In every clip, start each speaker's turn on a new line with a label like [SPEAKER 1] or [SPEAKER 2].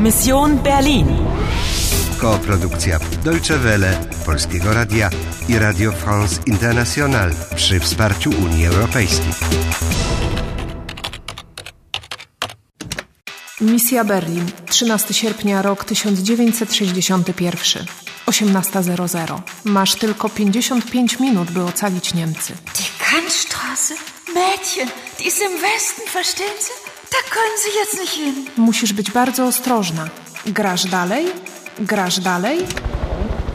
[SPEAKER 1] Mission Berlin.
[SPEAKER 2] Koprodukcja Deutsche Welle, Polskiego Radia i Radio France International przy wsparciu Unii Europejskiej.
[SPEAKER 3] Misja Berlin, 13 sierpnia rok 1961, 18.00. Masz tylko 55 minut, by ocalić Niemcy.
[SPEAKER 4] Die Kantstraße? Mädchen, die ist im Westen, verstehen Sie? Da können Sie jetzt nicht hin.
[SPEAKER 3] Musisz być bardzo ostrożna. Grasz dalej, grasz dalej.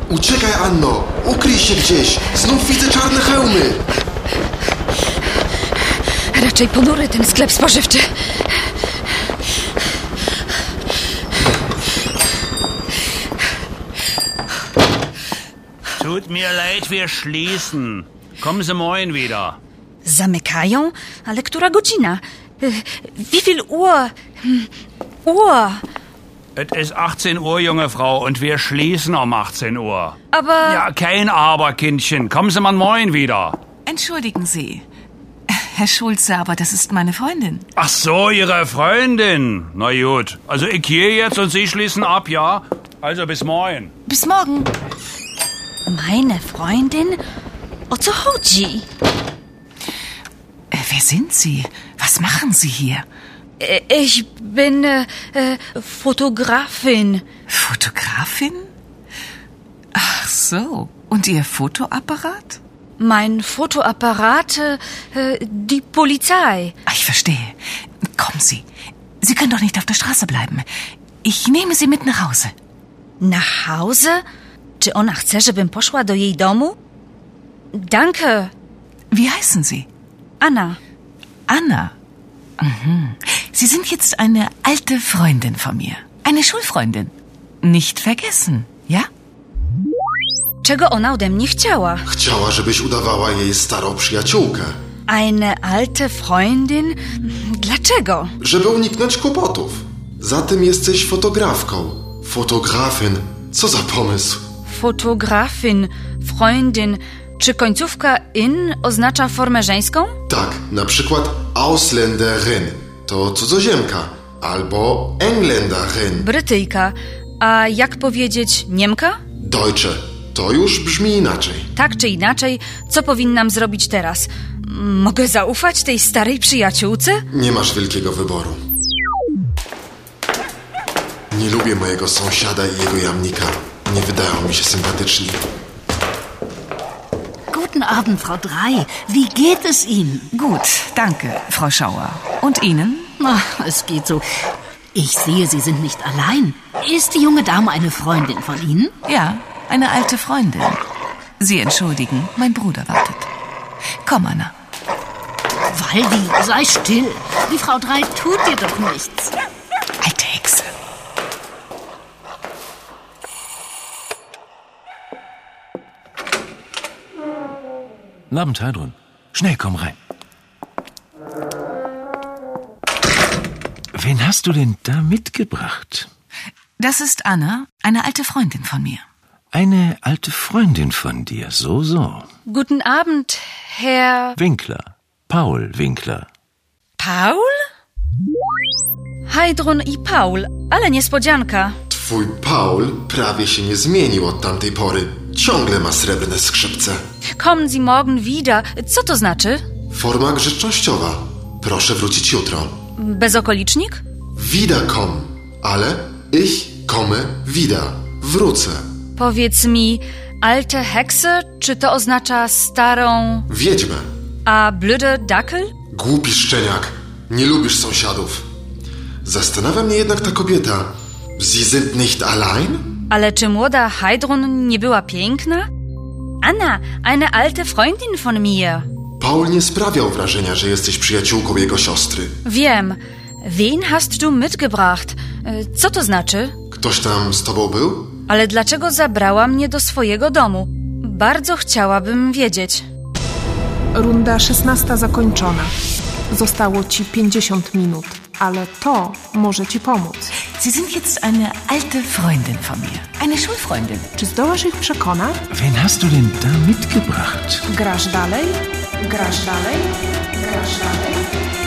[SPEAKER 5] Uciekaj, Anno! Ukryj się gdzieś! Znów widzę czarne hełmy!
[SPEAKER 6] Raczej ponury ten sklep spożywczy.
[SPEAKER 7] Tut mir leid, wir schließen. Kommen Sie morgen wieder.
[SPEAKER 6] Zamykają? Ale która godzina? Y, Wie viel Uhr? Hm, Uhr?
[SPEAKER 7] Es ist 18 Uhr, junge Frau, und wir schließen um 18 Uhr.
[SPEAKER 6] Aber-
[SPEAKER 7] Ja, kein Aber, Kindchen. Kommen Sie mal morgen wieder.
[SPEAKER 8] Entschuldigen Sie. Herr Schulze, aber das ist meine Freundin.
[SPEAKER 7] Ach so, Ihre Freundin. Na gut. Also ich gehe jetzt und Sie schließen ab, ja? Also bis morgen.
[SPEAKER 8] Bis morgen.
[SPEAKER 6] Meine Freundin? O co chodzi?
[SPEAKER 8] Äh, wer sind Sie? Was machen Sie hier?
[SPEAKER 6] Y, Ich bin e, e, Fotografin.
[SPEAKER 8] Fotografin? Ach so. Und Ihr Fotoapparat?
[SPEAKER 6] Mein Fotoapparat, e, e, die Polizei.
[SPEAKER 8] Ah, ich verstehe. Kommen Sie. Sie können doch nicht auf der Straße bleiben. Ich nehme Sie mit nach Hause.
[SPEAKER 6] Nach Hause? Czy ona chce, żebym poszła do jej domu? Danke,
[SPEAKER 8] Wie heißen Sie?
[SPEAKER 6] Anna.
[SPEAKER 8] Anna. Mhm. Sie sind jetzt eine alte Freundin von mir. Eine Schulfreundin. Nicht vergessen, ja?
[SPEAKER 6] Czego ona ode mnie chciała?
[SPEAKER 5] Chciała, żebyś udawała jej starą przyjaciółkę,
[SPEAKER 6] Eine alte Freundin? Dlaczego?
[SPEAKER 5] żeby uniknąć kłopotów. Zatem jesteś fotografką. Fotografin. Co za pomysł?
[SPEAKER 6] Fotografin, Freundin. Czy końcówka in oznacza formę żeńską?
[SPEAKER 5] Tak, na przykład Ausländerin to cudzoziemka albo Engländerin.
[SPEAKER 6] Brytyjka. A jak powiedzieć Niemka?
[SPEAKER 5] Deutsche to już brzmi inaczej.
[SPEAKER 6] Tak czy inaczej, co powinnam zrobić teraz? Mogę zaufać tej starej przyjaciółce?
[SPEAKER 5] Nie masz wielkiego wyboru. Nie lubię mojego sąsiada i jego jamnika. Nie wydają mi się sympatyczni.
[SPEAKER 9] Guten Abend, Frau Drei. Wie geht es Ihnen?
[SPEAKER 8] Gut, danke, Frau Schauer. Und Ihnen?
[SPEAKER 9] Ach, es geht so. Ich sehe, Sie sind nicht allein. Ist die junge Dame eine Freundin von Ihnen?
[SPEAKER 8] Ja, eine alte Freundin. Sie entschuldigen, mein Bruder wartet. Komm, Anna.
[SPEAKER 9] Waldi, sei still. Die Frau Drei tut dir doch nichts.
[SPEAKER 8] Alte Hexe.
[SPEAKER 10] Guten Abend, Heidrun. Schnell, komm rein. Wen hast du denn da mitgebracht?
[SPEAKER 8] Das ist Anna, eine alte Freundin von mir.
[SPEAKER 10] Eine alte Freundin von dir, so, so.
[SPEAKER 6] Guten Abend, Herr
[SPEAKER 10] Winkler. Paul Winkler.
[SPEAKER 6] Paul? Heidrun i Paul, ale niespodzianka.
[SPEAKER 5] Twój Paul prawie się nie zmienił od tamtej pory. Ciągle ma srebrne skrzypce.
[SPEAKER 6] Kommen Sie morgen wieder. Co to znaczy?
[SPEAKER 5] Forma grzecznościowa. Proszę wrócić jutro.
[SPEAKER 6] Bezokolicznik?
[SPEAKER 5] Wiederkom, ale ich komme wieder. Wrócę.
[SPEAKER 6] Powiedz mi, alte Hexe, czy to oznacza starą,
[SPEAKER 5] Wiedźmę.
[SPEAKER 6] a blöde Dackel?
[SPEAKER 5] Głupi szczeniak. Nie lubisz sąsiadów. Zastanawia mnie jednak ta kobieta. Sie sind nicht allein?
[SPEAKER 6] Ale czy młoda Heidrun nie była piękna? Anna, eine alte Freundin von mir.
[SPEAKER 5] Paul nie sprawiał wrażenia, że jesteś przyjaciółką jego siostry.
[SPEAKER 6] Wiem. Wen hast du mitgebracht? E, Co to znaczy?
[SPEAKER 5] Ktoś tam z tobą był?
[SPEAKER 6] Ale dlaczego zabrała mnie do swojego domu? Bardzo chciałabym wiedzieć.
[SPEAKER 3] Runda 16 zakończona. Zostało ci 50 minut, ale to może ci pomóc.
[SPEAKER 8] Sie sind jetzt eine alte Freundin von mir. Eine Schulfreundin.
[SPEAKER 3] Czy zdołasz ich przekonać?
[SPEAKER 10] Wen hast du denn da mitgebracht?
[SPEAKER 3] Grasz dalej, grasz dalej, grasz dalej.